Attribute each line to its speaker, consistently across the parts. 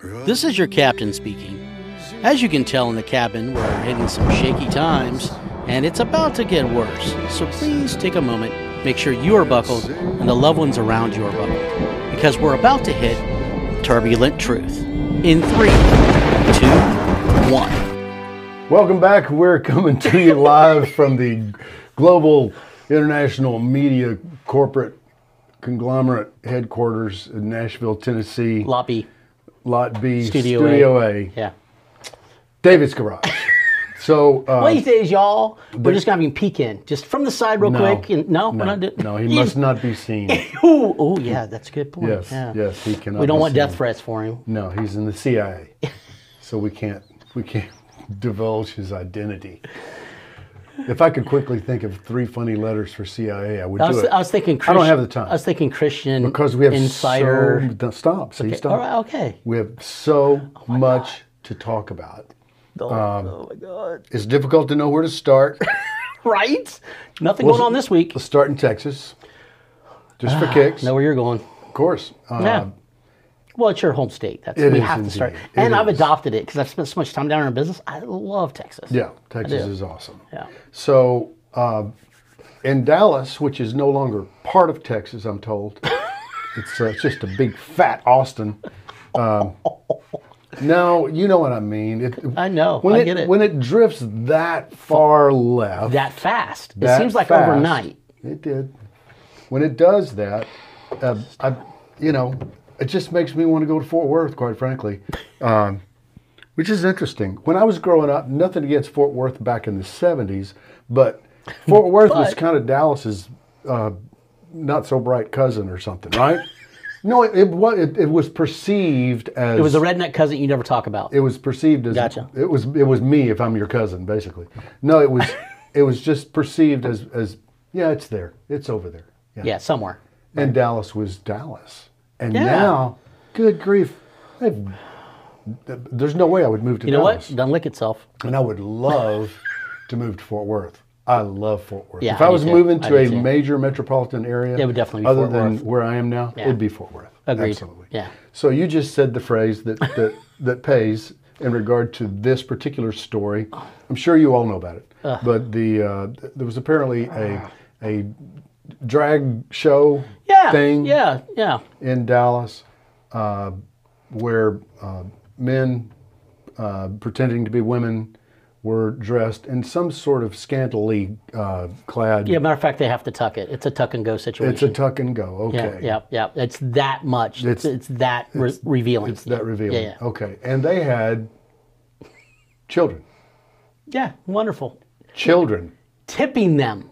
Speaker 1: This is your captain speaking. As you can tell in the cabin, we're hitting some shaky times, and it's about to get worse. So please take a moment, make sure you are buckled, and the loved ones around you are buckled, because we're about to hit turbulent truth. In three, two, one.
Speaker 2: Welcome back. We're coming to you live from the global international media corporate conglomerate headquarters in Nashville, Tennessee,
Speaker 1: Loppy.
Speaker 2: Lot B,
Speaker 1: Studio A.
Speaker 2: A,
Speaker 1: Yeah.
Speaker 2: David's Garage. so, uh,
Speaker 1: Well, these days, y'all, we're just having peek in, just from the side, real
Speaker 2: no,
Speaker 1: quick. And, no, we're
Speaker 2: no,
Speaker 1: not doing-
Speaker 2: no, he must not be seen.
Speaker 1: Ooh, oh, yeah, that's a good point.
Speaker 2: Yes,
Speaker 1: yeah.
Speaker 2: yes, he cannot.
Speaker 1: We don't
Speaker 2: be
Speaker 1: want
Speaker 2: seen.
Speaker 1: death threats for him.
Speaker 2: No, he's in the CIA, so we can't we can't divulge his identity. If I could quickly think of three funny letters for CIA, I would
Speaker 1: I
Speaker 2: do
Speaker 1: was,
Speaker 2: it.
Speaker 1: I was thinking.
Speaker 2: I
Speaker 1: Christian,
Speaker 2: don't have the time.
Speaker 1: I was thinking Christian
Speaker 2: because we have
Speaker 1: insider.
Speaker 2: So, no, stop. See, stop.
Speaker 1: all right, Oh okay.
Speaker 2: We have so much to talk about.
Speaker 1: Oh,
Speaker 2: Um,
Speaker 1: oh my God!
Speaker 2: It's difficult to know where to start.
Speaker 1: Right? Nothing
Speaker 2: Well,
Speaker 1: going on this week.
Speaker 2: Let's start in Texas, just for kicks.
Speaker 1: Know where you're going?
Speaker 2: of course. Uh,
Speaker 1: Ah, yeah. Well, it's your home state. That's
Speaker 2: It
Speaker 1: we
Speaker 2: is
Speaker 1: have to start.
Speaker 2: indeed. It
Speaker 1: And I've
Speaker 2: is.
Speaker 1: adopted it because I've spent so much time down there in business. I love Texas.
Speaker 2: yeah, Texas
Speaker 1: do.
Speaker 2: is awesome.
Speaker 1: Yeah.
Speaker 2: So, uh, in Dallas, which is no longer part of Texas, I'm told, it's, uh, it's just a big fat Austin. Um, no, you know what I mean. It,
Speaker 1: I know.
Speaker 2: When
Speaker 1: I
Speaker 2: it,
Speaker 1: get it.
Speaker 2: When it drifts that far left,
Speaker 1: That fast.
Speaker 2: that
Speaker 1: it seems like
Speaker 2: fast,
Speaker 1: overnight.
Speaker 2: It did. When it does that, uh, I, you know, it just makes me want to go to Fort Worth, quite frankly. Um, which is interesting. When I was growing up, nothing against Fort Worth back in the 70s, but Fort Worth was
Speaker 1: But-
Speaker 2: kind of Dallas's uh, not so bright cousin or something, right? no, it, it, wa- it, it was perceived as.
Speaker 1: It was a redneck cousin you never talk about.
Speaker 2: It was perceived as
Speaker 1: Gotcha.
Speaker 2: it was it was me if I'm your cousin basically. No, it was it was just perceived as as yeah, it's there. It's over there. Yeah.
Speaker 1: yeah, somewhere.
Speaker 2: And Dallas was Dallas. And
Speaker 1: Yeah.
Speaker 2: now, good grief. they've- There's no way I would move to
Speaker 1: You know
Speaker 2: Dallas.
Speaker 1: what? Done lick itself.
Speaker 2: And I would love to move to Fort Worth. I love Fort Worth.
Speaker 1: Yeah,
Speaker 2: if I
Speaker 1: I do
Speaker 2: was
Speaker 1: too.
Speaker 2: moving
Speaker 1: I
Speaker 2: to
Speaker 1: do
Speaker 2: a
Speaker 1: too.
Speaker 2: major metropolitan area,
Speaker 1: It would definitely be
Speaker 2: other
Speaker 1: Fort
Speaker 2: than
Speaker 1: Worth.
Speaker 2: where I am now,
Speaker 1: Yeah.
Speaker 2: it'd be Fort Worth.
Speaker 1: Agreed.
Speaker 2: Absolutely.
Speaker 1: Yeah.
Speaker 2: So you just said the phrase that that, that pays in regard to this particular story. I'm sure you all know about it, but the uh, th- there was apparently a a drag show
Speaker 1: Yeah.
Speaker 2: thing
Speaker 1: Yeah. Yeah.
Speaker 2: in Dallas uh, where uh, men uh, pretending to be women were dressed in some sort of scantily uh, clad.
Speaker 1: Yeah. Matter of fact, they have to tuck it. It's a tuck and go situation.
Speaker 2: It's a tuck and go. Okay.
Speaker 1: Yeah, yeah, yeah. It's that much.
Speaker 2: It's-
Speaker 1: It's, it's that re- revealing.
Speaker 2: It's that revealing.
Speaker 1: Yeah, yeah.
Speaker 2: Okay. And they had children.
Speaker 1: Yeah, wonderful.
Speaker 2: Children
Speaker 1: Tipping them.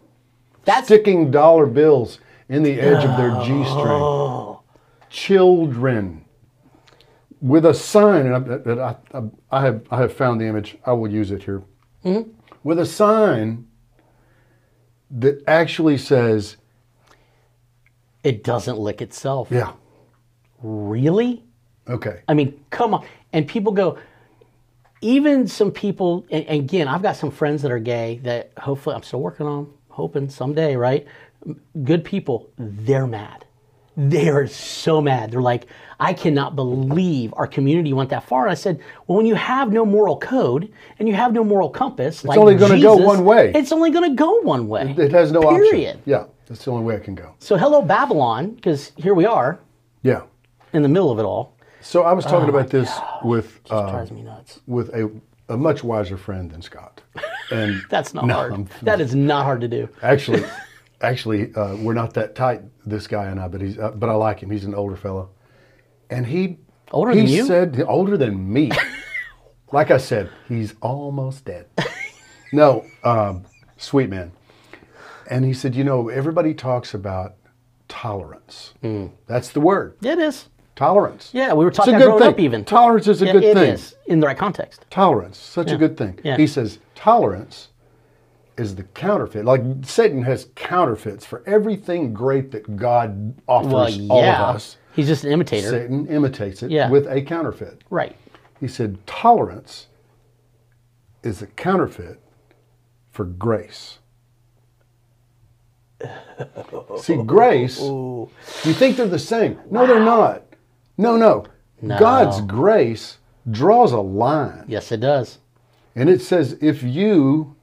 Speaker 1: That's
Speaker 2: sticking dollar bills in the edge of their G string. Children. With a sign, and I, that I, I, I have, I have found the image, I will use it here.
Speaker 1: Hmm?
Speaker 2: With a sign that actually says,
Speaker 1: it doesn't lick itself.
Speaker 2: yeah,
Speaker 1: Really?
Speaker 2: okay.
Speaker 1: I mean, come on. And people go, even some people, and, and again, I've got some friends that are gay that hopefully I'm still working on, hoping someday, right? M- Good people, they're mad. They are so mad. They're like, I cannot believe our community went that far. And I said, Well, when you have no moral code and you have no moral compass, it's
Speaker 2: only gonna go one way.
Speaker 1: It's only going to go one way.
Speaker 2: It has no
Speaker 1: Period.
Speaker 2: option. Yeah, that's the only way it can go.
Speaker 1: So, hello, Babylon, because here we are
Speaker 2: Yeah.
Speaker 1: in the middle of it all.
Speaker 2: So I was
Speaker 1: Oh
Speaker 2: talking about this with uh,
Speaker 1: drives me nuts.
Speaker 2: with a, a much wiser friend than Scott. And
Speaker 1: That's not
Speaker 2: No,
Speaker 1: hard.
Speaker 2: I'm-
Speaker 1: that is not hard to do.
Speaker 2: Actually, actually, uh, we're not that tight, this guy and I. But he's, uh, but I like him. He's an older fellow, and he
Speaker 1: Older
Speaker 2: he
Speaker 1: than you?
Speaker 2: Said older than me. like I said, he's almost dead. no, um, sweet man. And he said, you know, everybody talks about tolerance. That's the word,
Speaker 1: It is.
Speaker 2: tolerance.
Speaker 1: Hmm. Yeah, we were
Speaker 2: It's a
Speaker 1: talking about
Speaker 2: good
Speaker 1: growing
Speaker 2: thing.
Speaker 1: up even.
Speaker 2: Tolerance is a
Speaker 1: Yeah,
Speaker 2: good
Speaker 1: it
Speaker 2: thing.
Speaker 1: is, in the right context.
Speaker 2: Tolerance, such a good thing.
Speaker 1: Yeah.
Speaker 2: He says tolerance is the counterfeit. Like Satan has counterfeits for everything great that God offers
Speaker 1: Well,
Speaker 2: all of
Speaker 1: yeah.
Speaker 2: us.
Speaker 1: He's just an imitator.
Speaker 2: Satan imitates it
Speaker 1: Yeah.
Speaker 2: with a counterfeit.
Speaker 1: Right.
Speaker 2: He said tolerance is a counterfeit for grace. See, grace, you think they're the same. No, they're not. No, no. God's grace draws a line.
Speaker 1: Yes, it does.
Speaker 2: And it says, if you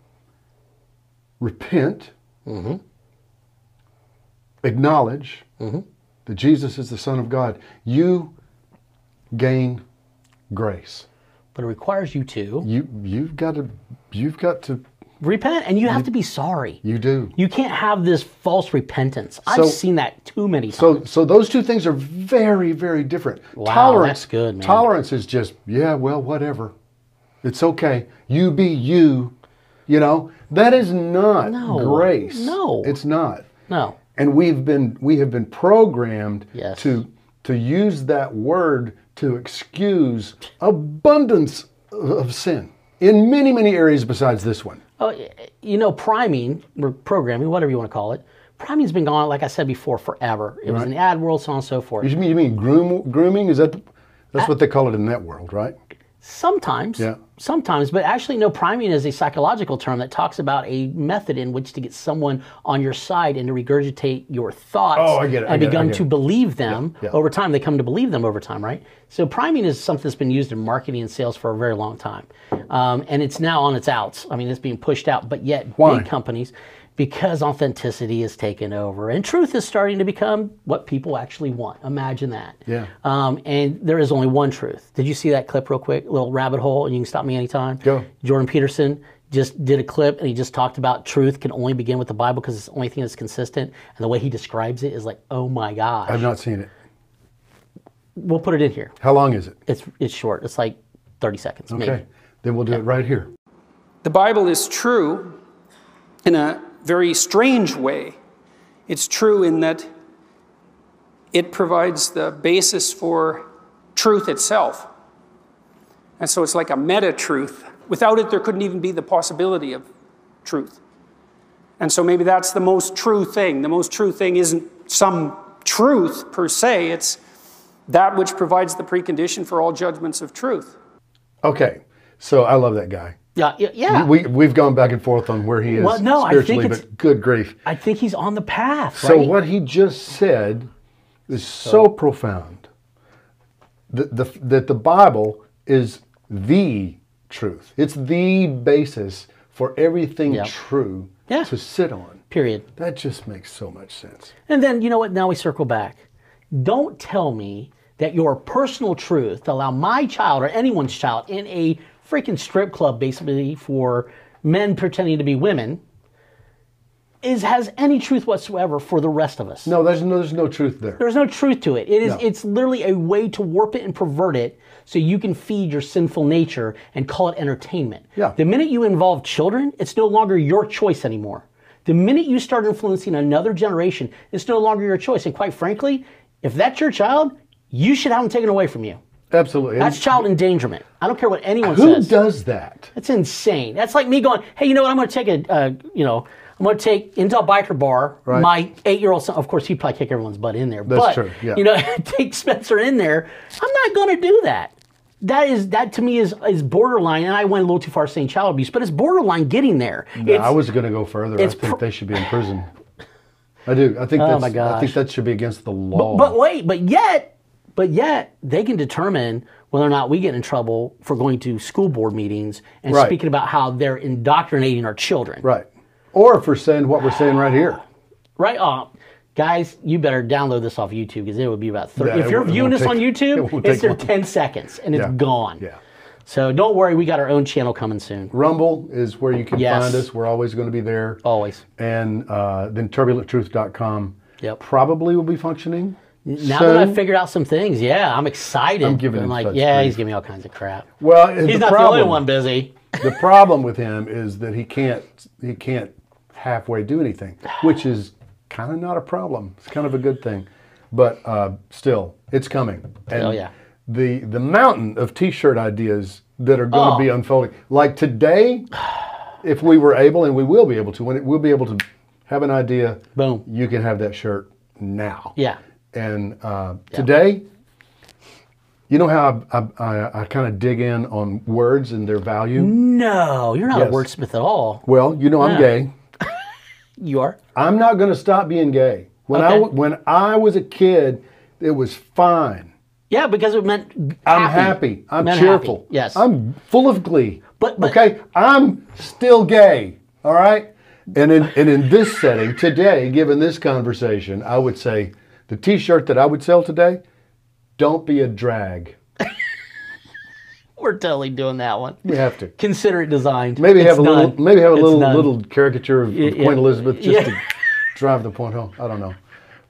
Speaker 2: repent,
Speaker 1: Mm-hmm.
Speaker 2: acknowledge
Speaker 1: Mm-hmm.
Speaker 2: that Jesus is the Son of God, you gain grace.
Speaker 1: But it requires you to
Speaker 2: You you've got to you've got to
Speaker 1: repent and you have to be sorry.
Speaker 2: you do.
Speaker 1: You can't have this false repentance. I've
Speaker 2: So-
Speaker 1: seen that too many times.
Speaker 2: So so those two things are very very different.
Speaker 1: Wow, that's good, man.
Speaker 2: Tolerance is just yeah, well, whatever. It's okay. You be you. You know that is not
Speaker 1: No.
Speaker 2: grace.
Speaker 1: No.
Speaker 2: it's not.
Speaker 1: no.
Speaker 2: And we've been we have been programmed
Speaker 1: Yes.
Speaker 2: to to use that word to excuse abundance of sin in many many areas besides this one.
Speaker 1: Oh, y- you know, priming or programming, whatever you want to call it, priming's been gone, like I said before, forever. It was in the ad world, so on and so forth.
Speaker 2: You mean you mean groom, grooming? Is that that's what they call it in that world, right?
Speaker 1: Sometimes,
Speaker 2: Yeah.
Speaker 1: sometimes, but actually, no, priming is a psychological term that talks about a method in which to get someone on your side and to regurgitate your thoughts
Speaker 2: Oh, I get it, I
Speaker 1: and
Speaker 2: get it, I
Speaker 1: begun
Speaker 2: get
Speaker 1: to
Speaker 2: it.
Speaker 1: believe them
Speaker 2: yeah.
Speaker 1: over time. They come to believe them over time, right? So, priming is something that's been used in marketing and sales for a very long time. Um, and it's now on its outs. I mean, it's being pushed out, but yet,
Speaker 2: Why?
Speaker 1: big companies, because authenticity is taken over and truth is starting to become what people actually want. Imagine that.
Speaker 2: Yeah.
Speaker 1: Um, and there is only one truth. Did you see that clip real quick? Little rabbit hole, and you can stop me anytime.
Speaker 2: Go.
Speaker 1: Jordan Peterson just did a clip, and he just talked about truth can only begin with the Bible because it's the only thing that's consistent. And the way he describes it is like, oh my gosh.
Speaker 2: I've not seen it.
Speaker 1: we'll put it in here.
Speaker 2: How long is it?
Speaker 1: It's it's short. It's like thirty seconds, maybe.
Speaker 2: Okay, then we'll do it right here.
Speaker 3: The Bible is true in a very strange way. It's true in that it provides the basis for truth itself. And so it's like a meta truth. Without it, there couldn't even be the possibility of truth. And so maybe that's the most true thing. The most true thing isn't some truth per se, it's that which provides the precondition for all judgments of truth.
Speaker 2: Okay, so I love that guy.
Speaker 1: Yeah, yeah, yeah.
Speaker 2: We we've gone back and forth on where he is
Speaker 1: Well, no, I think
Speaker 2: spiritually,
Speaker 1: it's-
Speaker 2: but good grief.
Speaker 1: I think he's on the path.
Speaker 2: So
Speaker 1: right?
Speaker 2: what he just said is so, profound. That the that the Bible is the truth. It's the basis for everything
Speaker 1: Yep.
Speaker 2: true
Speaker 1: Yeah.
Speaker 2: to sit on.
Speaker 1: Period.
Speaker 2: That just makes so much sense.
Speaker 1: And then you know what? Now we circle back. Don't tell me that your personal truth to allow my child or anyone's child in a freaking strip club, basically for men pretending to be women, is has any truth whatsoever for the rest of us.
Speaker 2: No, there's no there's no truth there.
Speaker 1: There's no truth to it. It is
Speaker 2: No.
Speaker 1: it's literally a way to warp it and pervert it so you can feed your sinful nature and call it entertainment.
Speaker 2: Yeah.
Speaker 1: The minute you involve children, it's no longer your choice anymore. The minute you start influencing another generation, it's no longer your choice. And quite frankly, if that's your child, you should have them taken away from you.
Speaker 2: Absolutely. And
Speaker 1: That's child endangerment. I don't care what anyone
Speaker 2: who
Speaker 1: says.
Speaker 2: does that?
Speaker 1: That's insane. That's like me going, hey, you know what? I'm going to take a, uh, you know, I'm going to take into a biker bar
Speaker 2: Right.
Speaker 1: my eight-year-old son. Of course, he'd probably kick everyone's butt in there. That's but,
Speaker 2: true, yeah.
Speaker 1: You know, take Spencer in there. I'm not going to do that. That is that to me is is borderline, and I went a little too far saying child abuse, but it's borderline getting there.
Speaker 2: Yeah,
Speaker 1: It's-
Speaker 2: I was going to go further. I
Speaker 1: it's
Speaker 2: think
Speaker 1: pr-
Speaker 2: they should be in prison. I do. I think that's,
Speaker 1: my
Speaker 2: I think
Speaker 1: gosh.
Speaker 2: that should be against the law.
Speaker 1: But wait, but yet, but yet they can determine whether or not we get in trouble for going to school board meetings and
Speaker 2: Right.
Speaker 1: speaking about how they're indoctrinating our children.
Speaker 2: right. Or if we're saying what we're saying right here.
Speaker 1: right off. Guys, you better download this off YouTube because it would be about 30.
Speaker 2: Yeah,
Speaker 1: if
Speaker 2: it
Speaker 1: you're
Speaker 2: won't- it
Speaker 1: viewing
Speaker 2: won't
Speaker 1: this on
Speaker 2: take- it
Speaker 1: YouTube,
Speaker 2: won't
Speaker 1: it's
Speaker 2: take
Speaker 1: there
Speaker 2: long.
Speaker 1: 10 seconds and
Speaker 2: Yeah.
Speaker 1: it's gone.
Speaker 2: Yeah.
Speaker 1: So don't worry, we got our own channel coming soon.
Speaker 2: Rumble is where you can
Speaker 1: Yes.
Speaker 2: find us. We're always going to be there.
Speaker 1: Always.
Speaker 2: And uh, then turbulenttruth.com
Speaker 1: Yep.
Speaker 2: probably will be functioning.
Speaker 1: Now
Speaker 2: soon.
Speaker 1: that I've figured out some things, yeah, I'm excited.
Speaker 2: I'm giving him
Speaker 1: like,
Speaker 2: such
Speaker 1: yeah,
Speaker 2: grief.
Speaker 1: he's giving me all kinds of crap.
Speaker 2: well,
Speaker 1: He's
Speaker 2: the
Speaker 1: not
Speaker 2: problem,
Speaker 1: the only one busy.
Speaker 2: the problem with him is that he can't he can't halfway do anything, which is kind of not a problem. It's kind of a good thing, but uh, still, it's coming. And
Speaker 1: Oh, yeah.
Speaker 2: The the mountain of t-shirt ideas that are going to
Speaker 1: Oh.
Speaker 2: be unfolding. Like today, if we were able, and we will be able to, when it, we'll be able to have an idea.
Speaker 1: Boom.
Speaker 2: You can have that shirt now.
Speaker 1: Yeah.
Speaker 2: And uh, today, you know how I, I, I, I kind of dig in on words and their value.
Speaker 1: No, you're not
Speaker 2: Yes.
Speaker 1: a wordsmith at all.
Speaker 2: Well, you know
Speaker 1: Yeah.
Speaker 2: I'm gay.
Speaker 1: You are?
Speaker 2: I'm not going to stop being gay. When I
Speaker 1: Okay.
Speaker 2: w- when I was a kid, it was fine
Speaker 1: Yeah, because it meant happy.
Speaker 2: I'm happy. I'm
Speaker 1: Meant happy.
Speaker 2: cheerful.
Speaker 1: Yes.
Speaker 2: I'm full of glee.
Speaker 1: But- but-
Speaker 2: okay, I'm still gay. All right. And in and in this setting today, given this conversation, I would say the T-shirt that I would sell today: Don't be a drag.
Speaker 1: We're totally doing that one.
Speaker 2: We have to
Speaker 1: Consider it designed.
Speaker 2: maybe
Speaker 1: It's
Speaker 2: have a little
Speaker 1: done.
Speaker 2: maybe have a
Speaker 1: It's
Speaker 2: little
Speaker 1: done.
Speaker 2: little caricature of, of
Speaker 1: yeah.
Speaker 2: Queen Elizabeth just
Speaker 1: Yeah.
Speaker 2: to drive the point home. I don't know,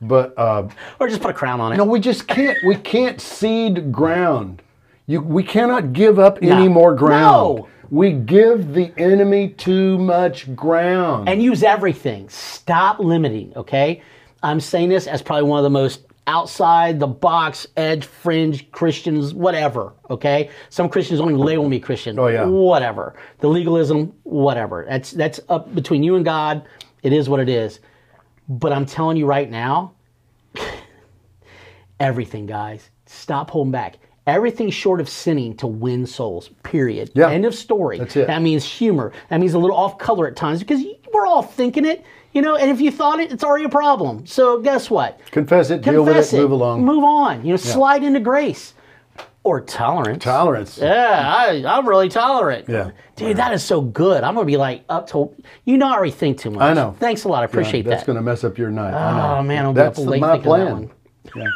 Speaker 2: but. Uh,
Speaker 1: or just put a crown on it.
Speaker 2: No, we just can't. We can't cede ground. You, we cannot give up any
Speaker 1: No.
Speaker 2: more ground.
Speaker 1: No.
Speaker 2: We give the enemy too much ground.
Speaker 1: and use everything. Stop limiting, okay? I'm saying this as probably one of the most outside the box, edge, fringe Christians, whatever, okay? Some Christians only label me Christian.
Speaker 2: Oh, yeah.
Speaker 1: Whatever. The legalism, whatever. That's that's up between you and God. It is what it is. But I'm telling you right now, everything, guys. Stop holding back. Everything short of sinning to win souls, period.
Speaker 2: Yeah.
Speaker 1: End of story.
Speaker 2: That's it.
Speaker 1: That means humor. That means a little off color at times because we're all thinking it, you know, and if you thought it, it's already a problem. So guess what?
Speaker 2: confess it, deal with it,
Speaker 1: Confess it.
Speaker 2: move along.
Speaker 1: Move on. You know, slide into grace or tolerance.
Speaker 2: Tolerance.
Speaker 1: Yeah, I, I'm really tolerant.
Speaker 2: Yeah.
Speaker 1: Dude, that is so good. I'm going to be like up to, you know, I already think too much.
Speaker 2: I know.
Speaker 1: Thanks a lot. I appreciate
Speaker 2: That's
Speaker 1: that.
Speaker 2: going to mess up your night. I
Speaker 1: Oh,
Speaker 2: know.
Speaker 1: man, I'll be
Speaker 2: That's
Speaker 1: up
Speaker 2: the-
Speaker 1: late
Speaker 2: my
Speaker 1: thinking of that
Speaker 2: plan.
Speaker 1: one.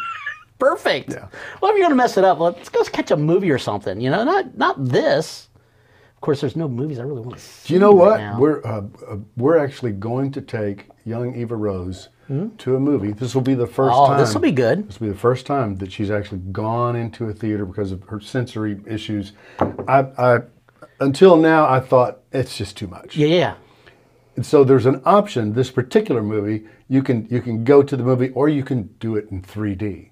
Speaker 1: Perfect. Well, if you're going to mess it up, let's go catch a movie or something. You know, not not this. Of course, there's no movies I really want to see.
Speaker 2: Do you know
Speaker 1: right
Speaker 2: what?
Speaker 1: now.
Speaker 2: we're uh, uh, we're actually going to take young Eva Rose to a movie. This will be the first
Speaker 1: Oh,
Speaker 2: time.
Speaker 1: this will be good.
Speaker 2: This will be the first time that she's actually gone into a theater because of her sensory issues. I, I until now I thought it's just too much.
Speaker 1: Yeah, yeah.
Speaker 2: And so there's an option. This particular movie, you can you can go to the movie or you can do it in 3D.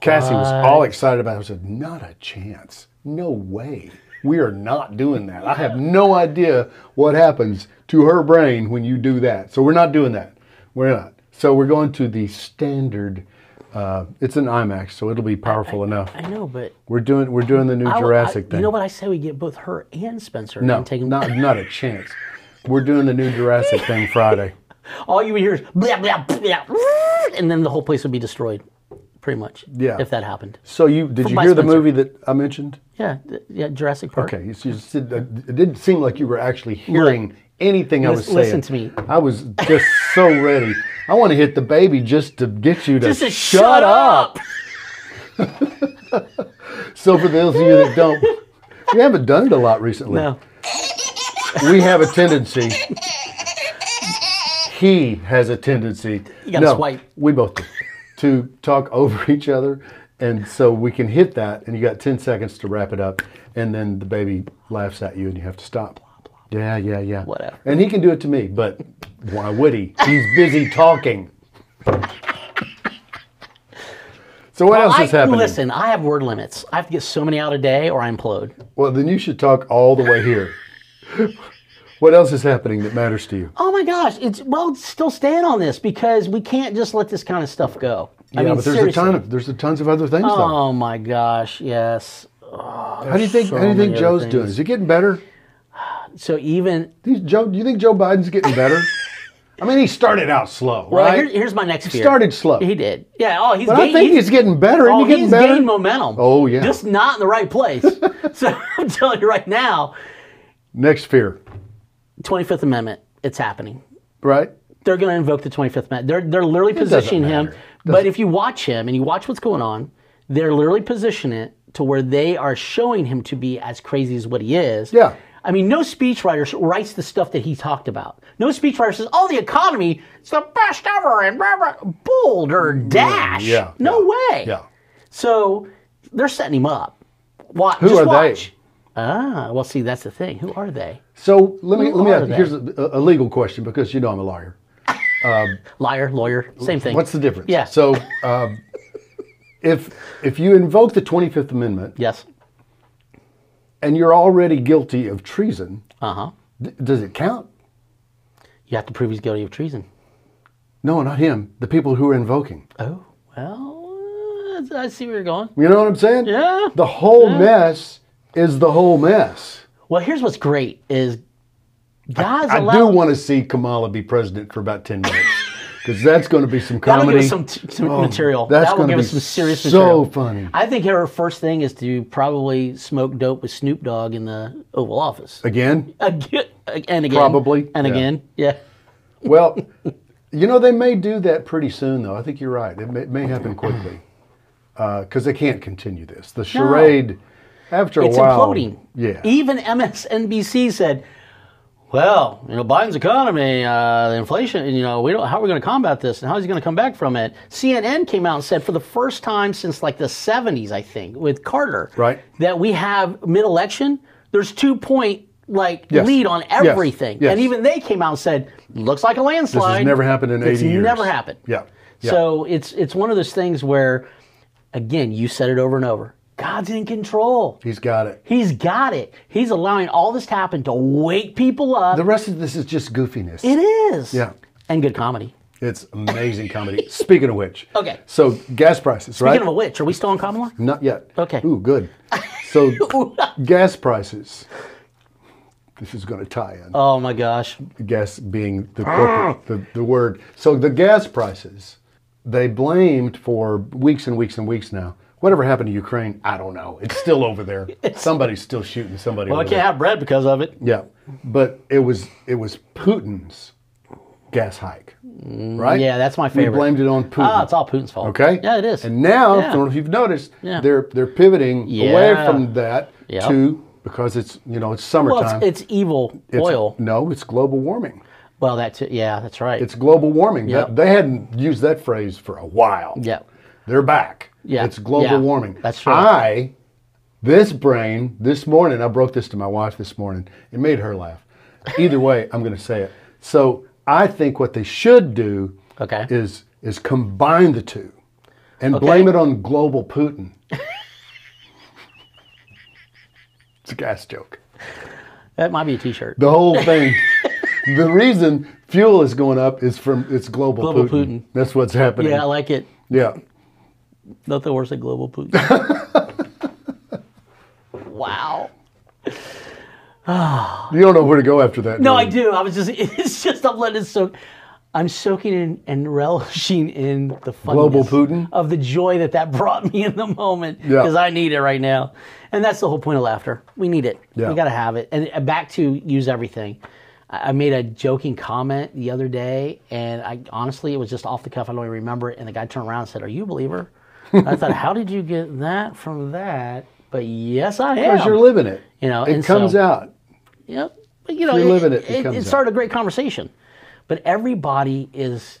Speaker 2: Cassie was all excited about it. I said, "Not a chance. No way. We are not doing that. I have no idea what happens to her brain when you do that. So we're not doing that. We're not. So we're going to the standard. Uh, it's an IMAX, so it'll be powerful enough.
Speaker 1: I know, but
Speaker 2: We're doing we're doing the new
Speaker 1: I- I-
Speaker 2: Jurassic thing.
Speaker 1: You know what I say? We get both her and Spencer.
Speaker 2: no,
Speaker 1: and take 'em-
Speaker 2: not not a chance. We're doing the new Jurassic thing Friday.
Speaker 1: All you would hear is blah blah blah, and then the whole place would be destroyed, pretty much.
Speaker 2: Yeah.
Speaker 1: If that happened.
Speaker 2: So you did you
Speaker 1: by
Speaker 2: hear the
Speaker 1: Spencer.
Speaker 2: movie that I mentioned?
Speaker 1: Yeah, th- yeah. Jurassic Park.
Speaker 2: Okay, you, you said, it didn't seem like you were actually hearing anything I was
Speaker 1: Lis-
Speaker 2: saying.
Speaker 1: listen to me.
Speaker 2: I was just so ready. I want to hit the baby just to get you to,
Speaker 1: Just to
Speaker 2: shut,
Speaker 1: shut
Speaker 2: up. so for those of you that don't, we haven't done it a lot recently.
Speaker 1: No.
Speaker 2: We have a tendency. He has a tendency.
Speaker 1: You gotta swipe.
Speaker 2: We both do, to talk over each other, and so we can hit that. And you got ten seconds to wrap it up, and then the baby laughs at you, and you have to stop. Yeah, yeah, yeah.
Speaker 1: Whatever.
Speaker 2: And he can do it to me, but why would he? He's busy talking. So what else
Speaker 1: I,
Speaker 2: is happening?
Speaker 1: listen, I have word limits. I have to get so many out a day, or I implode.
Speaker 2: Well, then you should talk all the way here. what else is happening that matters to you?
Speaker 1: Oh my gosh, it's well, still stand on this because we can't just let this kind of stuff go. I
Speaker 2: yeah,
Speaker 1: mean,
Speaker 2: but there's
Speaker 1: seriously.
Speaker 2: a ton of there's a tons of other things
Speaker 1: Oh my gosh, yes.
Speaker 2: though. How do you think
Speaker 1: so
Speaker 2: How do you think
Speaker 1: many other
Speaker 2: Joe's doing?
Speaker 1: things.
Speaker 2: Is he getting better?
Speaker 1: So even
Speaker 2: He's Joe. Do you think Joe Biden's getting better? I mean, he started out slow,
Speaker 1: well,
Speaker 2: right?
Speaker 1: here- here's my next
Speaker 2: He
Speaker 1: fear.
Speaker 2: started slow.
Speaker 1: He did. Yeah. Oh, he's.
Speaker 2: but
Speaker 1: gained,
Speaker 2: I think he's, getting better. Isn't
Speaker 1: Oh,
Speaker 2: he getting
Speaker 1: he's
Speaker 2: better?
Speaker 1: gained momentum.
Speaker 2: Oh, yeah.
Speaker 1: Just not in the right place. so I'm telling you right now,
Speaker 2: Next fear,
Speaker 1: 25th Amendment, it's happening.
Speaker 2: right?
Speaker 1: They're going to invoke the 25th Amendment. They're they're literally
Speaker 2: doesn't
Speaker 1: positioning him.
Speaker 2: matter.
Speaker 1: But if you watch him and you watch what's going on, they're literally positioning it to where they are showing him to be as crazy as what he is.
Speaker 2: Yeah.
Speaker 1: I mean, no speechwriter sh- writes the stuff that he talked about. No speechwriter says, "Oh, the economy is the best ever," and blah, blah, bold or dash.
Speaker 2: yeah,
Speaker 1: No
Speaker 2: yeah,
Speaker 1: way.
Speaker 2: yeah. So
Speaker 1: So they're setting him up. Watch.
Speaker 2: Who
Speaker 1: just
Speaker 2: are they?
Speaker 1: watch. Ah, well, see, that's the thing. Who are they?
Speaker 2: let
Speaker 1: Who
Speaker 2: me let me
Speaker 1: are
Speaker 2: ask.
Speaker 1: they?
Speaker 2: Here's a, a legal question because you know I'm a lawyer.
Speaker 1: Liar, lawyer, same thing.
Speaker 2: What's the difference?
Speaker 1: Yeah.
Speaker 2: So, um, if if you invoke the Twenty Fifth Amendment
Speaker 1: yes.
Speaker 2: and you're already guilty of treason,
Speaker 1: Uh huh.
Speaker 2: d- does it count?
Speaker 1: You have to prove he's guilty of treason.
Speaker 2: No, not him. The people who are invoking.
Speaker 1: Oh, well, uh, I see where you're going.
Speaker 2: You know what I'm saying?
Speaker 1: Yeah.
Speaker 2: The whole mess is the whole mess.
Speaker 1: Well, here's what's great is God's
Speaker 2: I
Speaker 1: allowed.
Speaker 2: do want to see Kamala be president for about 10 minutes. because that's going to be some
Speaker 1: That'll give
Speaker 2: comedy.
Speaker 1: us some, t- some
Speaker 2: Oh,
Speaker 1: material.
Speaker 2: That's
Speaker 1: that will
Speaker 2: gonna
Speaker 1: give
Speaker 2: be
Speaker 1: us some serious
Speaker 2: so
Speaker 1: material.
Speaker 2: funny.
Speaker 1: I think her first thing is to probably smoke dope with Snoop Dogg in the Oval Office.
Speaker 2: Again,
Speaker 1: Again, and again.
Speaker 2: Probably,
Speaker 1: And
Speaker 2: yeah.
Speaker 1: again. Yeah.
Speaker 2: well, you know they may do that pretty soon, though. I think you're right. It may, may happen quickly because they can't continue this. The charade after a
Speaker 1: It's
Speaker 2: while,
Speaker 1: imploding.
Speaker 2: Yeah,
Speaker 1: Even MSNBC said, well, you know, Biden's economy, uh, the inflation, you know, we don't, how are we going to combat this and how is he going to come back from it? CNN came out and said for the first time since like the 70s, I think, with Carter,
Speaker 2: Right.
Speaker 1: that we have mid election, there's two point like
Speaker 2: Yes.
Speaker 1: lead on
Speaker 2: Yes.
Speaker 1: everything.
Speaker 2: Yes.
Speaker 1: And even they came out and said, looks like a
Speaker 2: this
Speaker 1: landslide.
Speaker 2: has never happened in 80
Speaker 1: it's
Speaker 2: years.
Speaker 1: never happened.
Speaker 2: Yeah. yeah.
Speaker 1: So it's it's one of those things where, again, you said it over and over. God's in control.
Speaker 2: he's got it.
Speaker 1: He's got it. He's allowing all this to happen to wake people up.
Speaker 2: The rest of this is just goofiness.
Speaker 1: it is.
Speaker 2: Yeah.
Speaker 1: And good comedy.
Speaker 2: It's amazing comedy. Speaking of which,
Speaker 1: Okay.
Speaker 2: So gas prices, right?
Speaker 1: Speaking of which, are we still on common law?
Speaker 2: Not yet.
Speaker 1: Okay.
Speaker 2: Ooh, good. So gas prices. This is going to tie in.
Speaker 1: Oh my gosh.
Speaker 2: gas being the, corporate, the the word. So the gas prices they blamed for weeks and weeks and weeks now. Whatever happened to Ukraine, I don't know. It's still over there. Somebody's still shooting somebody.
Speaker 1: Well, I
Speaker 2: over
Speaker 1: can't
Speaker 2: there.
Speaker 1: have bread because of it.
Speaker 2: Yeah, but it was it was Putin's gas hike, right?
Speaker 1: Mm, Yeah, that's my favorite.
Speaker 2: We blamed it on Putin.
Speaker 1: Ah, it's all Putin's fault.
Speaker 2: Okay.
Speaker 1: Yeah, it is.
Speaker 2: And now, I
Speaker 1: Yeah.
Speaker 2: don't know if you've noticed,
Speaker 1: Yeah.
Speaker 2: they're they're pivoting away
Speaker 1: Yeah.
Speaker 2: from that
Speaker 1: Yep.
Speaker 2: to because it's you know it's
Speaker 1: well,
Speaker 2: summertime.
Speaker 1: it's, it's evil
Speaker 2: It's-
Speaker 1: oil.
Speaker 2: No, it's global warming.
Speaker 1: Well, that's it. Yeah, that's right.
Speaker 2: It's global warming. That-
Speaker 1: Yep.
Speaker 2: they hadn't used that phrase for a while.
Speaker 1: Yeah.
Speaker 2: They're back.
Speaker 1: Yeah.
Speaker 2: It's global
Speaker 1: Yeah.
Speaker 2: warming.
Speaker 1: That's true.
Speaker 2: I, this brain, this morning, I broke this to my wife this morning. It made her laugh. Either way, I'm going to say it. So I think what they should do
Speaker 1: Okay.
Speaker 2: is is combine the two and
Speaker 1: Okay.
Speaker 2: blame it on global Putin. it's a gas joke.
Speaker 1: that might be a T-shirt.
Speaker 2: The whole thing. the reason fuel is going up is from it's global,
Speaker 1: Global
Speaker 2: Putin.
Speaker 1: Putin.
Speaker 2: That's what's happening.
Speaker 1: yeah, I like it.
Speaker 2: Yeah.
Speaker 1: Nothing worse than global Putin. wow.
Speaker 2: You don't know where to go after that.
Speaker 1: No, I
Speaker 2: you?
Speaker 1: do. I was just, it's just, I'm letting it soak. I'm soaking in and relishing in the funness
Speaker 2: Global Putin?
Speaker 1: of the joy that that brought me in the moment
Speaker 2: Yeah.
Speaker 1: because I need it right now. And that's the whole point of laughter. We need it.
Speaker 2: Yeah.
Speaker 1: We got to have it. And uh, back to use everything. I I made a joking comment the other day, and I honestly, it was just off the cuff. I don't even remember it. And the guy turned around and said, Are you a believer? And I thought, How did you get that from that? But yes, I am.
Speaker 2: Because you're living it.
Speaker 1: You know,
Speaker 2: it
Speaker 1: and
Speaker 2: comes
Speaker 1: so-
Speaker 2: out.
Speaker 1: Yeah, but you know,
Speaker 2: you're
Speaker 1: it,
Speaker 2: living it, it
Speaker 1: it,
Speaker 2: comes
Speaker 1: it
Speaker 2: out.
Speaker 1: started a great conversation, but everybody is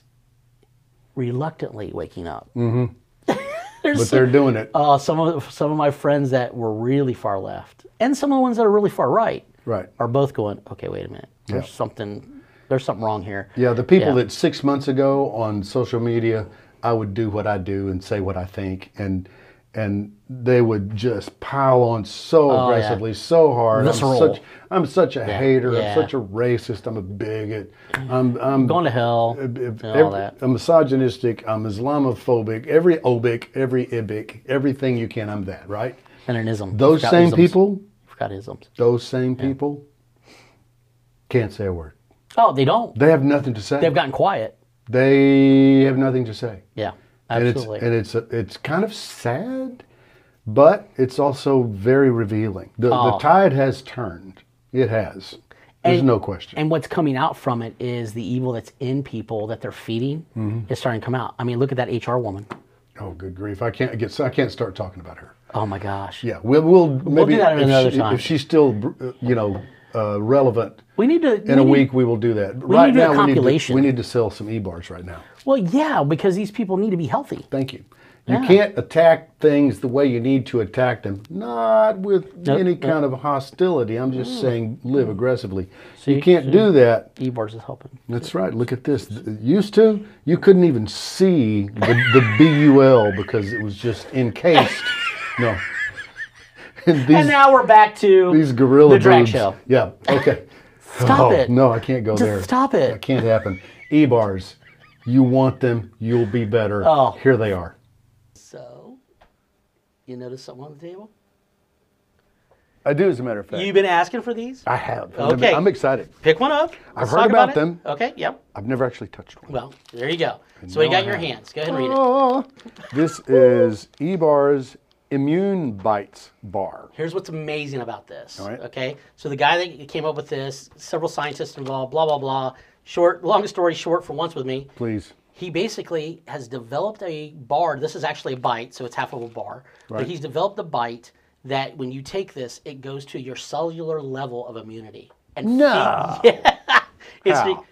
Speaker 1: reluctantly waking up. Mm-hmm. There's
Speaker 2: But they're doing it.
Speaker 1: uh, some of some of my friends that were really far left, and some of the ones that are really far right,
Speaker 2: right.
Speaker 1: are both going. Okay, wait a minute. There's
Speaker 2: Yeah.
Speaker 1: something. There's something wrong here.
Speaker 2: Yeah, the people
Speaker 1: Yeah.
Speaker 2: that six months ago on social media, I would do what I do and say what I think, and and they would just pile on so
Speaker 1: Oh, yeah.
Speaker 2: aggressively, so hard.
Speaker 1: Visceral.
Speaker 2: I'm such, I'm such a hater.
Speaker 1: yeah.
Speaker 2: I'm such a racist. I'm a bigot. I'm I'm
Speaker 1: Going to hell.
Speaker 2: if- if
Speaker 1: and all
Speaker 2: every-
Speaker 1: that.
Speaker 2: I'm misogynistic. I'm Islamophobic. Every obic, every ibic, everything you can. I'm that right.
Speaker 1: And an ism.
Speaker 2: Those
Speaker 1: Forgot
Speaker 2: same
Speaker 1: isms.
Speaker 2: people.
Speaker 1: Forgot isms.
Speaker 2: Those same people can't say a word.
Speaker 1: Oh, they don't.
Speaker 2: They have nothing to say.
Speaker 1: They've gotten quiet.
Speaker 2: They have nothing to say.
Speaker 1: Yeah,
Speaker 2: And it's
Speaker 1: absolutely.
Speaker 2: and it's it's kind of sad, but it's also very revealing. The, the
Speaker 1: Oh.
Speaker 2: tide has turned. It has. There's
Speaker 1: And-
Speaker 2: no question.
Speaker 1: And what's coming out from it is the evil that's in people that they're feeding
Speaker 2: Mm-hmm.
Speaker 1: is starting to come out. I mean, look at that HR woman.
Speaker 2: oh, good grief! I can't get. I can't start talking about her.
Speaker 1: Oh my gosh.
Speaker 2: Yeah, we'll we'll maybe
Speaker 1: do that
Speaker 2: if,
Speaker 1: another
Speaker 2: she-
Speaker 1: time.
Speaker 2: if she's still uh, you know uh, relevant.
Speaker 1: We need to.
Speaker 2: In
Speaker 1: we
Speaker 2: a
Speaker 1: need-
Speaker 2: week, we will do that.
Speaker 1: we
Speaker 2: right
Speaker 1: need to do a
Speaker 2: now,
Speaker 1: compilation.
Speaker 2: we need to we need to sell some e-bars right now.
Speaker 1: Well, yeah, because these people need to be healthy.
Speaker 2: Thank you. You can't attack things the way you need to attack them, not with any kind of hostility. I'm just
Speaker 1: Hmm.
Speaker 2: saying live aggressively. you can't do that.
Speaker 1: E-bars is helping.
Speaker 2: That's right. Look at this. Th- Used to, you couldn't even see the, the BUL because it was just encased. No. And these,
Speaker 1: And now we're back to
Speaker 2: these gorilla
Speaker 1: the drag
Speaker 2: boobs.
Speaker 1: show.
Speaker 2: Yeah. Okay.
Speaker 1: Stop
Speaker 2: Oh,
Speaker 1: it.
Speaker 2: No, I can't go
Speaker 1: Just
Speaker 2: there.
Speaker 1: stop it.
Speaker 2: That can't happen. E bars. You want them, you'll be better.
Speaker 1: Oh.
Speaker 2: Here they are.
Speaker 1: So, you notice something on the table?
Speaker 2: I do, as a matter of fact.
Speaker 1: You've been asking for these?
Speaker 2: I have.
Speaker 1: Okay.
Speaker 2: I'm excited.
Speaker 1: Pick one up.
Speaker 2: I've
Speaker 1: Let's
Speaker 2: heard
Speaker 1: talk
Speaker 2: about
Speaker 1: it.
Speaker 2: them.
Speaker 1: Okay, yep.
Speaker 2: I've never actually touched one.
Speaker 1: Well, there you go. So you
Speaker 2: now
Speaker 1: got
Speaker 2: I
Speaker 1: your
Speaker 2: have it.
Speaker 1: hands. Go ahead and read it.
Speaker 2: Oh, this is Ebar's Immune Bites bar.
Speaker 1: Here's what's amazing about this.
Speaker 2: right.
Speaker 1: Okay. So the guy that came up with this, several scientists involved, blah, blah, blah. Short, long story short, for once with me,
Speaker 2: Please.
Speaker 1: he basically has developed a bar. This is actually a bite, so it's half of a bar. But
Speaker 2: Right.
Speaker 1: he's developed a bite that when you take this, it goes to your cellular level of immunity. And
Speaker 2: No.
Speaker 1: it's
Speaker 2: How?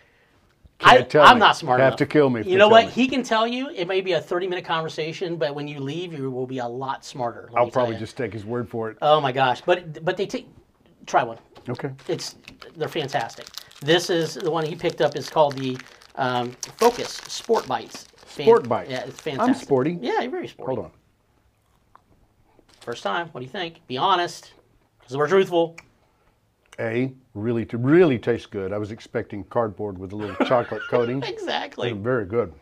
Speaker 1: I,
Speaker 2: Can't tell
Speaker 1: I'm
Speaker 2: me.
Speaker 1: not smart
Speaker 2: You have
Speaker 1: enough.
Speaker 2: to kill me if
Speaker 1: You
Speaker 2: you
Speaker 1: know
Speaker 2: tell
Speaker 1: what?
Speaker 2: me.
Speaker 1: He can tell you. It may be a 30 minute conversation, but when you leave, you will be a lot smarter. let me
Speaker 2: I'll
Speaker 1: tell
Speaker 2: probably
Speaker 1: you.
Speaker 2: just take his word for it.
Speaker 1: Oh my gosh! But but they take. Try one.
Speaker 2: Okay.
Speaker 1: It's they're fantastic. This is the one he picked up. It's called the um, Focus Sport Bites. Fan-
Speaker 2: Sport Bites.
Speaker 1: Yeah, it's
Speaker 2: I'm
Speaker 1: fantastic.
Speaker 2: sporty.
Speaker 1: Yeah, you're very sporty.
Speaker 2: Hold on.
Speaker 1: First time. What do you think? Be honest, because we're truthful.
Speaker 2: A, really, t- really tastes good. I was expecting cardboard with a little chocolate coating.
Speaker 1: Exactly.
Speaker 2: Very good.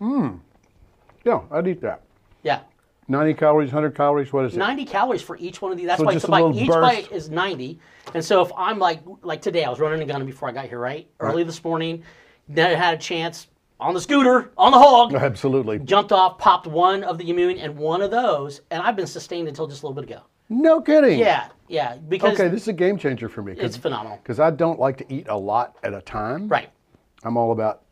Speaker 2: Mmm. Yeah, I'd eat that.
Speaker 1: Yeah.
Speaker 2: 90 calories, 100 calories, what is it?
Speaker 1: 90 calories for each one of these. That's
Speaker 2: So
Speaker 1: why
Speaker 2: just
Speaker 1: it's
Speaker 2: a
Speaker 1: a bite.
Speaker 2: little
Speaker 1: Each
Speaker 2: burst.
Speaker 1: bite is 90. And so if I'm like, like today, I was running a gun before I got here, right? Early this morning, then I had a chance on the scooter, on the hog,
Speaker 2: Absolutely.
Speaker 1: jumped off, popped one of the immune and one of those, and I've been sustained until just a little bit ago.
Speaker 2: No kidding.
Speaker 1: Yeah, yeah, because
Speaker 2: Okay, this is a game changer for me.
Speaker 1: it's phenomenal.
Speaker 2: Because I don't like to eat a lot at a time.
Speaker 1: Right,
Speaker 2: I'm all about,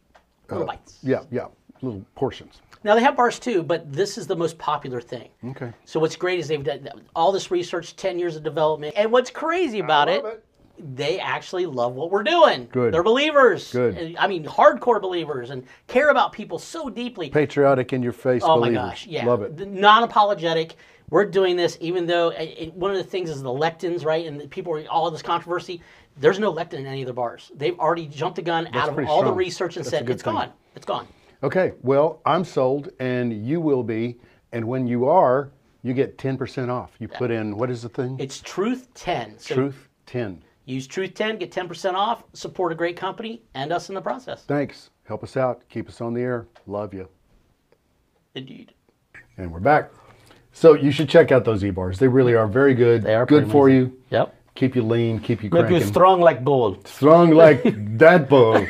Speaker 2: Oh.
Speaker 1: little bites.
Speaker 2: yeah, yeah, little portions.
Speaker 1: Now they have bars too, but this is the most popular thing.
Speaker 2: Okay.
Speaker 1: So what's great is they've done all this research, ten years of development, and what's crazy about
Speaker 2: love
Speaker 1: they actually love what we're doing.
Speaker 2: Good.
Speaker 1: They're believers.
Speaker 2: Good.
Speaker 1: And, I mean, hardcore believers and care about people so deeply.
Speaker 2: Patriotic in your face.
Speaker 1: oh
Speaker 2: believers.
Speaker 1: my gosh, yeah,
Speaker 2: Love it.
Speaker 1: Non apologetic. We're doing this, even though it, it- one of the things is the lectins, right? And the people are all this controversy. There's no lectin in any of the bars. They've already jumped the gun out of
Speaker 2: pretty
Speaker 1: all the
Speaker 2: strong.
Speaker 1: research and
Speaker 2: That's a
Speaker 1: said
Speaker 2: good
Speaker 1: it's
Speaker 2: thing.
Speaker 1: gone. It's gone.
Speaker 2: Okay, well, I'm sold and you will be. And when you are, you get 10% off. You put in, what is the thing?
Speaker 1: It's Truth Ten. So
Speaker 2: Truth 10.
Speaker 1: Use Truth 10, get 10% off, support a great company, and us in the process.
Speaker 2: Thanks. Help us out. Keep us on the air. Love you.
Speaker 1: Indeed.
Speaker 2: And we're back. So you should check out those e-bars. They really are very good.
Speaker 1: They are
Speaker 2: good
Speaker 1: pretty
Speaker 2: for you.
Speaker 1: Yep.
Speaker 2: Keep you lean. Keep you
Speaker 1: Make you
Speaker 2: cranking.
Speaker 1: strong like gold.
Speaker 2: strong like that bull.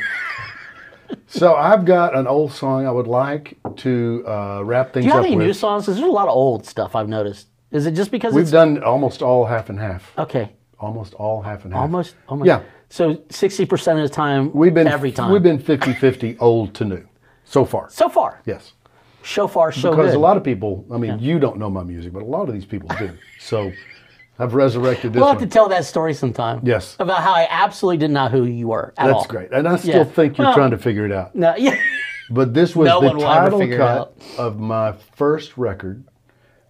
Speaker 2: so I've got an old song I would like to uh, wrap things
Speaker 1: Do you have
Speaker 2: up
Speaker 1: any
Speaker 2: with.
Speaker 1: new songs? 'Cause There's a lot of old stuff I've noticed. Is it just because
Speaker 2: We've
Speaker 1: it's
Speaker 2: done almost all half and half.
Speaker 1: okay?
Speaker 2: Almost all half and half.
Speaker 1: Uh, Almost, almost.
Speaker 2: Yeah.
Speaker 1: So sixty percent of the time,
Speaker 2: We've been
Speaker 1: every time.
Speaker 2: We've been 50-50 old to new so far.
Speaker 1: so far.
Speaker 2: yes.
Speaker 1: So far, so
Speaker 2: Because
Speaker 1: good.
Speaker 2: a lot of people, I mean, you don't know my music, but a lot of these people do. So I've resurrected this
Speaker 1: we'll
Speaker 2: one.
Speaker 1: have to tell that story sometime.
Speaker 2: Yes.
Speaker 1: About how I absolutely didn't know who you were at all.
Speaker 2: That's great. And I still
Speaker 1: Yeah.
Speaker 2: think you're
Speaker 1: Well-
Speaker 2: trying to figure it out.
Speaker 1: No. Yeah.
Speaker 2: But this was
Speaker 1: No
Speaker 2: the
Speaker 1: one will ever
Speaker 2: title
Speaker 1: figure it
Speaker 2: cut
Speaker 1: out.
Speaker 2: of my first record.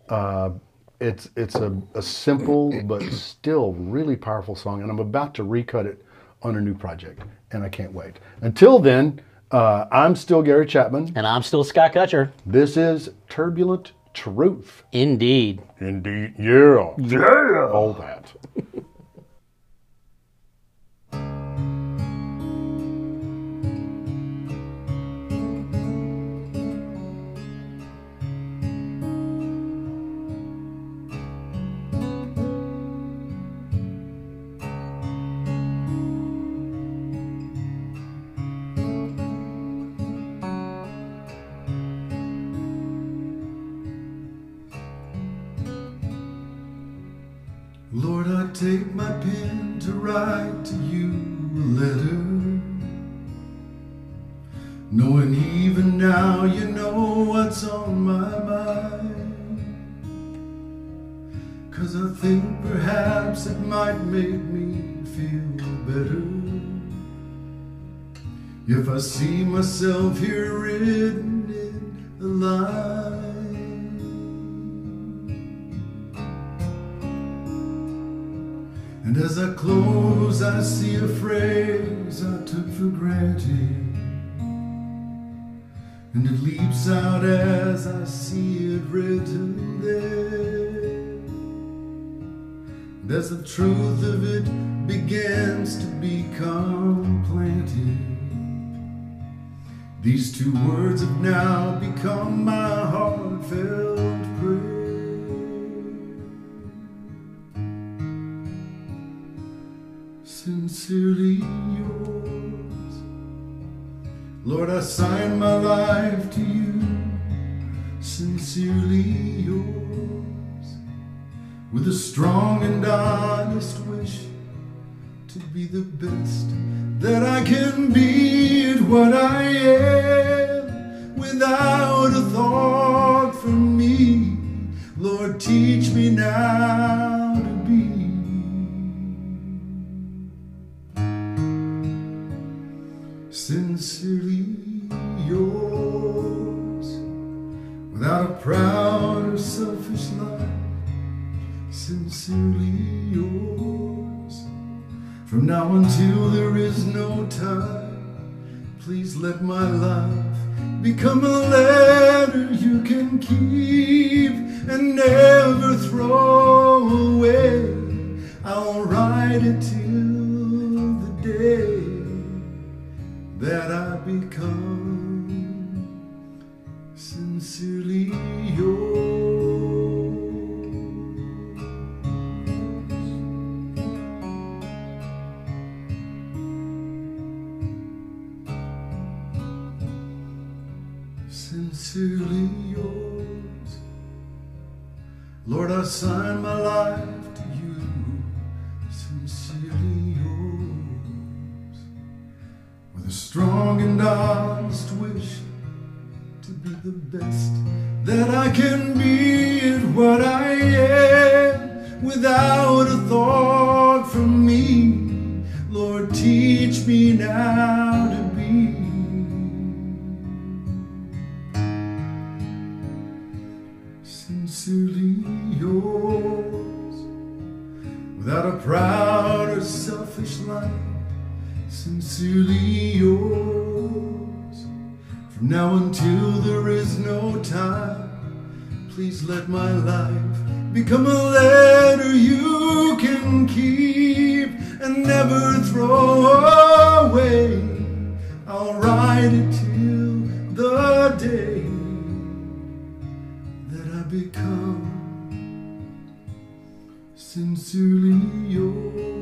Speaker 2: Uh, it's it's a, a simple but still really powerful song, and I'm about to recut it on a new project, and I can't wait. Until then, uh, I'm still Gary Chapman.
Speaker 1: And I'm still Scott Kutcher.
Speaker 2: This is Turbulent Truth.
Speaker 1: Indeed.
Speaker 2: Indeed, yeah, yeah, all that.
Speaker 4: Lord, I take my pen to write to you a letter. Knowing even now you know what's on my mind. Cause I think perhaps it might make me feel better. If I see myself here written in a line. And as I close, I see a phrase I took for granted. And it leaps out as I see it written there. And as the truth of it begins to become planted, these two words have now become my heartfelt prayer.
Speaker 2: Sincerely yours. Lord, I sign my life to you. Sincerely yours. With a strong and honest wish to be the best that I can be at what I am without a thought for me. Lord, teach me now to be sincerely yours without a proud or selfish life. Sincerely yours. From now until there is no time, please let my life become a letter you can keep and never throw away. I'll write it till the day that I become sincerely yours. Sincerely yours. Lord, I sign my life to you. Sincerely yours. With a strong and honest wish to be the best that I can be at what I am without a thought from me. Lord, teach me now to be sincerely yours. Without a proud or selfish life, sincerely yours. From now until there is no time, please let my life become a letter you can keep and never throw away. I'll write it till the day that I become sincerely yours.